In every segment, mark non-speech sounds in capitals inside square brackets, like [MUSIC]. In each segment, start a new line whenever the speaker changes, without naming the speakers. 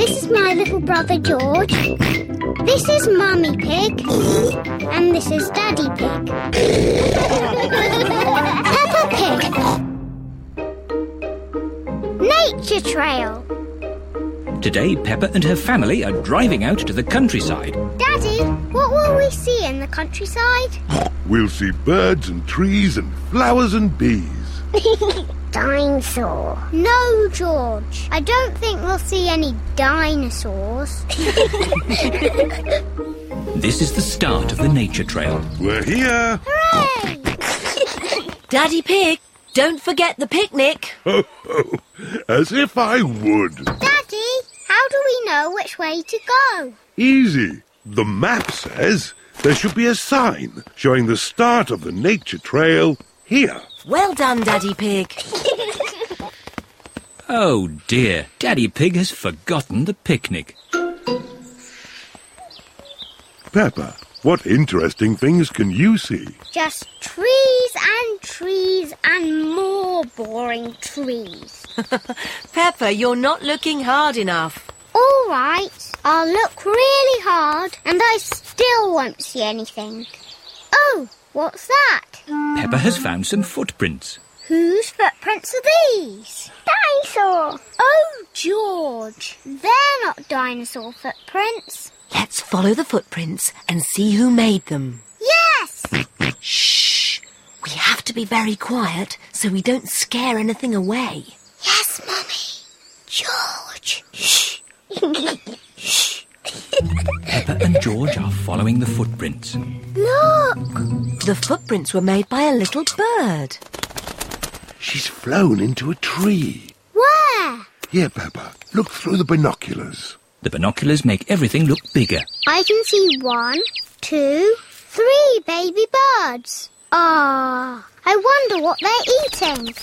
is my little brother George. This is Mummy Pig. And this is Daddy Pig. [LAUGHS] Peppa Pig. Nature Trail.
Today, Pepper and her family are driving out to the countryside.
Daddy, what will we see in the countryside?
We'll see birds and trees and flowers and bees.
Dinosaur.
No, George. I don't think we'll see any dinosaurs.
This is the start of the nature trail.
We're here.
Hooray!
Daddy Pig, don't forget the picnic.
As if I would.
Daddy, how do we know which way to go?
Easy. The map says there should be a sign showing the start of the nature trail here.
Well done, Daddy Pig.
Oh dear, Daddy Pig has forgotten the picnic.
Peppa, what interesting things can you see?
Just trees and trees and more boring trees.
Pepper, you're not looking hard enough.
All right, I'll look really hard and I still won't see anything. Oh, what's that?
Pepper has found some footprints.
Whose footprints are these? Dinosaur. Oh, George, they're not dinosaur footprints.
Let's follow the footprints and see who made them.
Yes!
Shh! We have to be very quiet so we don't scare anything away.
Yes, Mummy. George. [LAUGHS]
Pepper and George are following the footprints.
Look!
The footprints were made by a little bird.
She's flown into a tree.
Where?
Here, Peppa, look through the binoculars.
The binoculars make everything look bigger.
I can see one, two, three baby birds. Ah, I wonder what they're eating.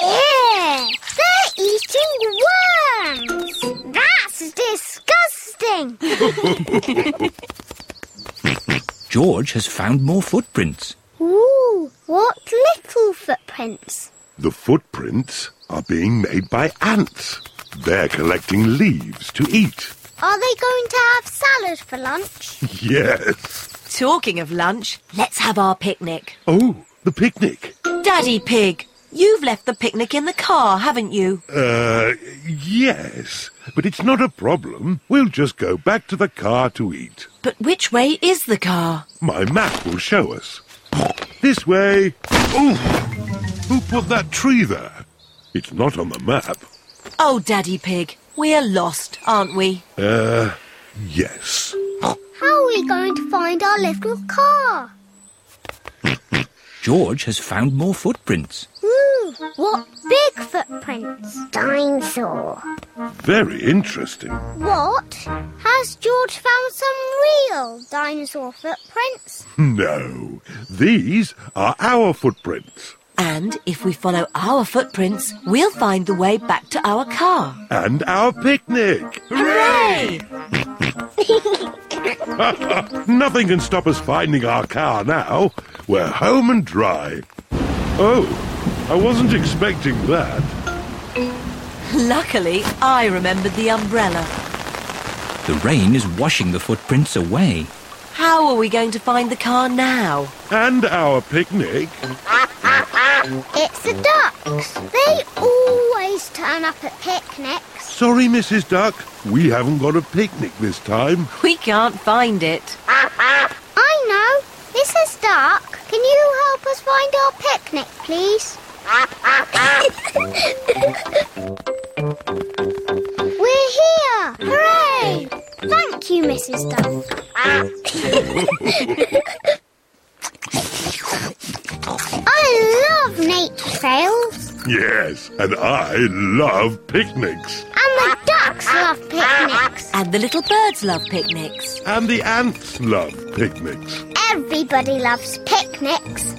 Yeah, they're eating worms. That's disgusting.
George has found more footprints.
Ooh, what little footprints.
The footprints are being made by ants. They're collecting leaves to eat. [LAUGHS]
Are they going to have salad for lunch?
Yes.
Talking of lunch, let's have our picnic.
Oh, the picnic.
Daddy Pig, you've left the picnic in the car, haven't you?
Uh, yes. But it's not a problem. We'll just go back to the car to eat.
But which way is the car?
My map will show us. This way. Oh, who put that tree there? It's not on the map.
Oh, Daddy Pig, we're lost, aren't we?
Uh, yes.
How are we going to find our little car?
George has found more footprints.
Ooh, what big footprints.
Dinosaur.
Very interesting.
What? Has George found some real dinosaur footprints?
No, these are our footprints.
And if we follow our footprints, we'll find the way back to our car.
And our picnic.
Hooray!
Nothing can stop us finding our car now. We're home and dry. Oh, I wasn't expecting that.
Luckily, I remembered the umbrella.
The rain is washing the footprints away.
How are we going to find the car now?
And our picnic.
It's the ducks. They always turn up at picnics.
Sorry, Mrs. Duck, we haven't got a picnic this time.
We can't find it.
I know. This is dark. Can you help us find our picnic, please? We're here! Hooray! Thank you, Mrs. Duck. [LAUGHS] I love nature trails,
Yes, and I love picnics.
and the ducks love picnics.
And the little birds love picnics.
And the ants love picnics.
Everybody loves picnics.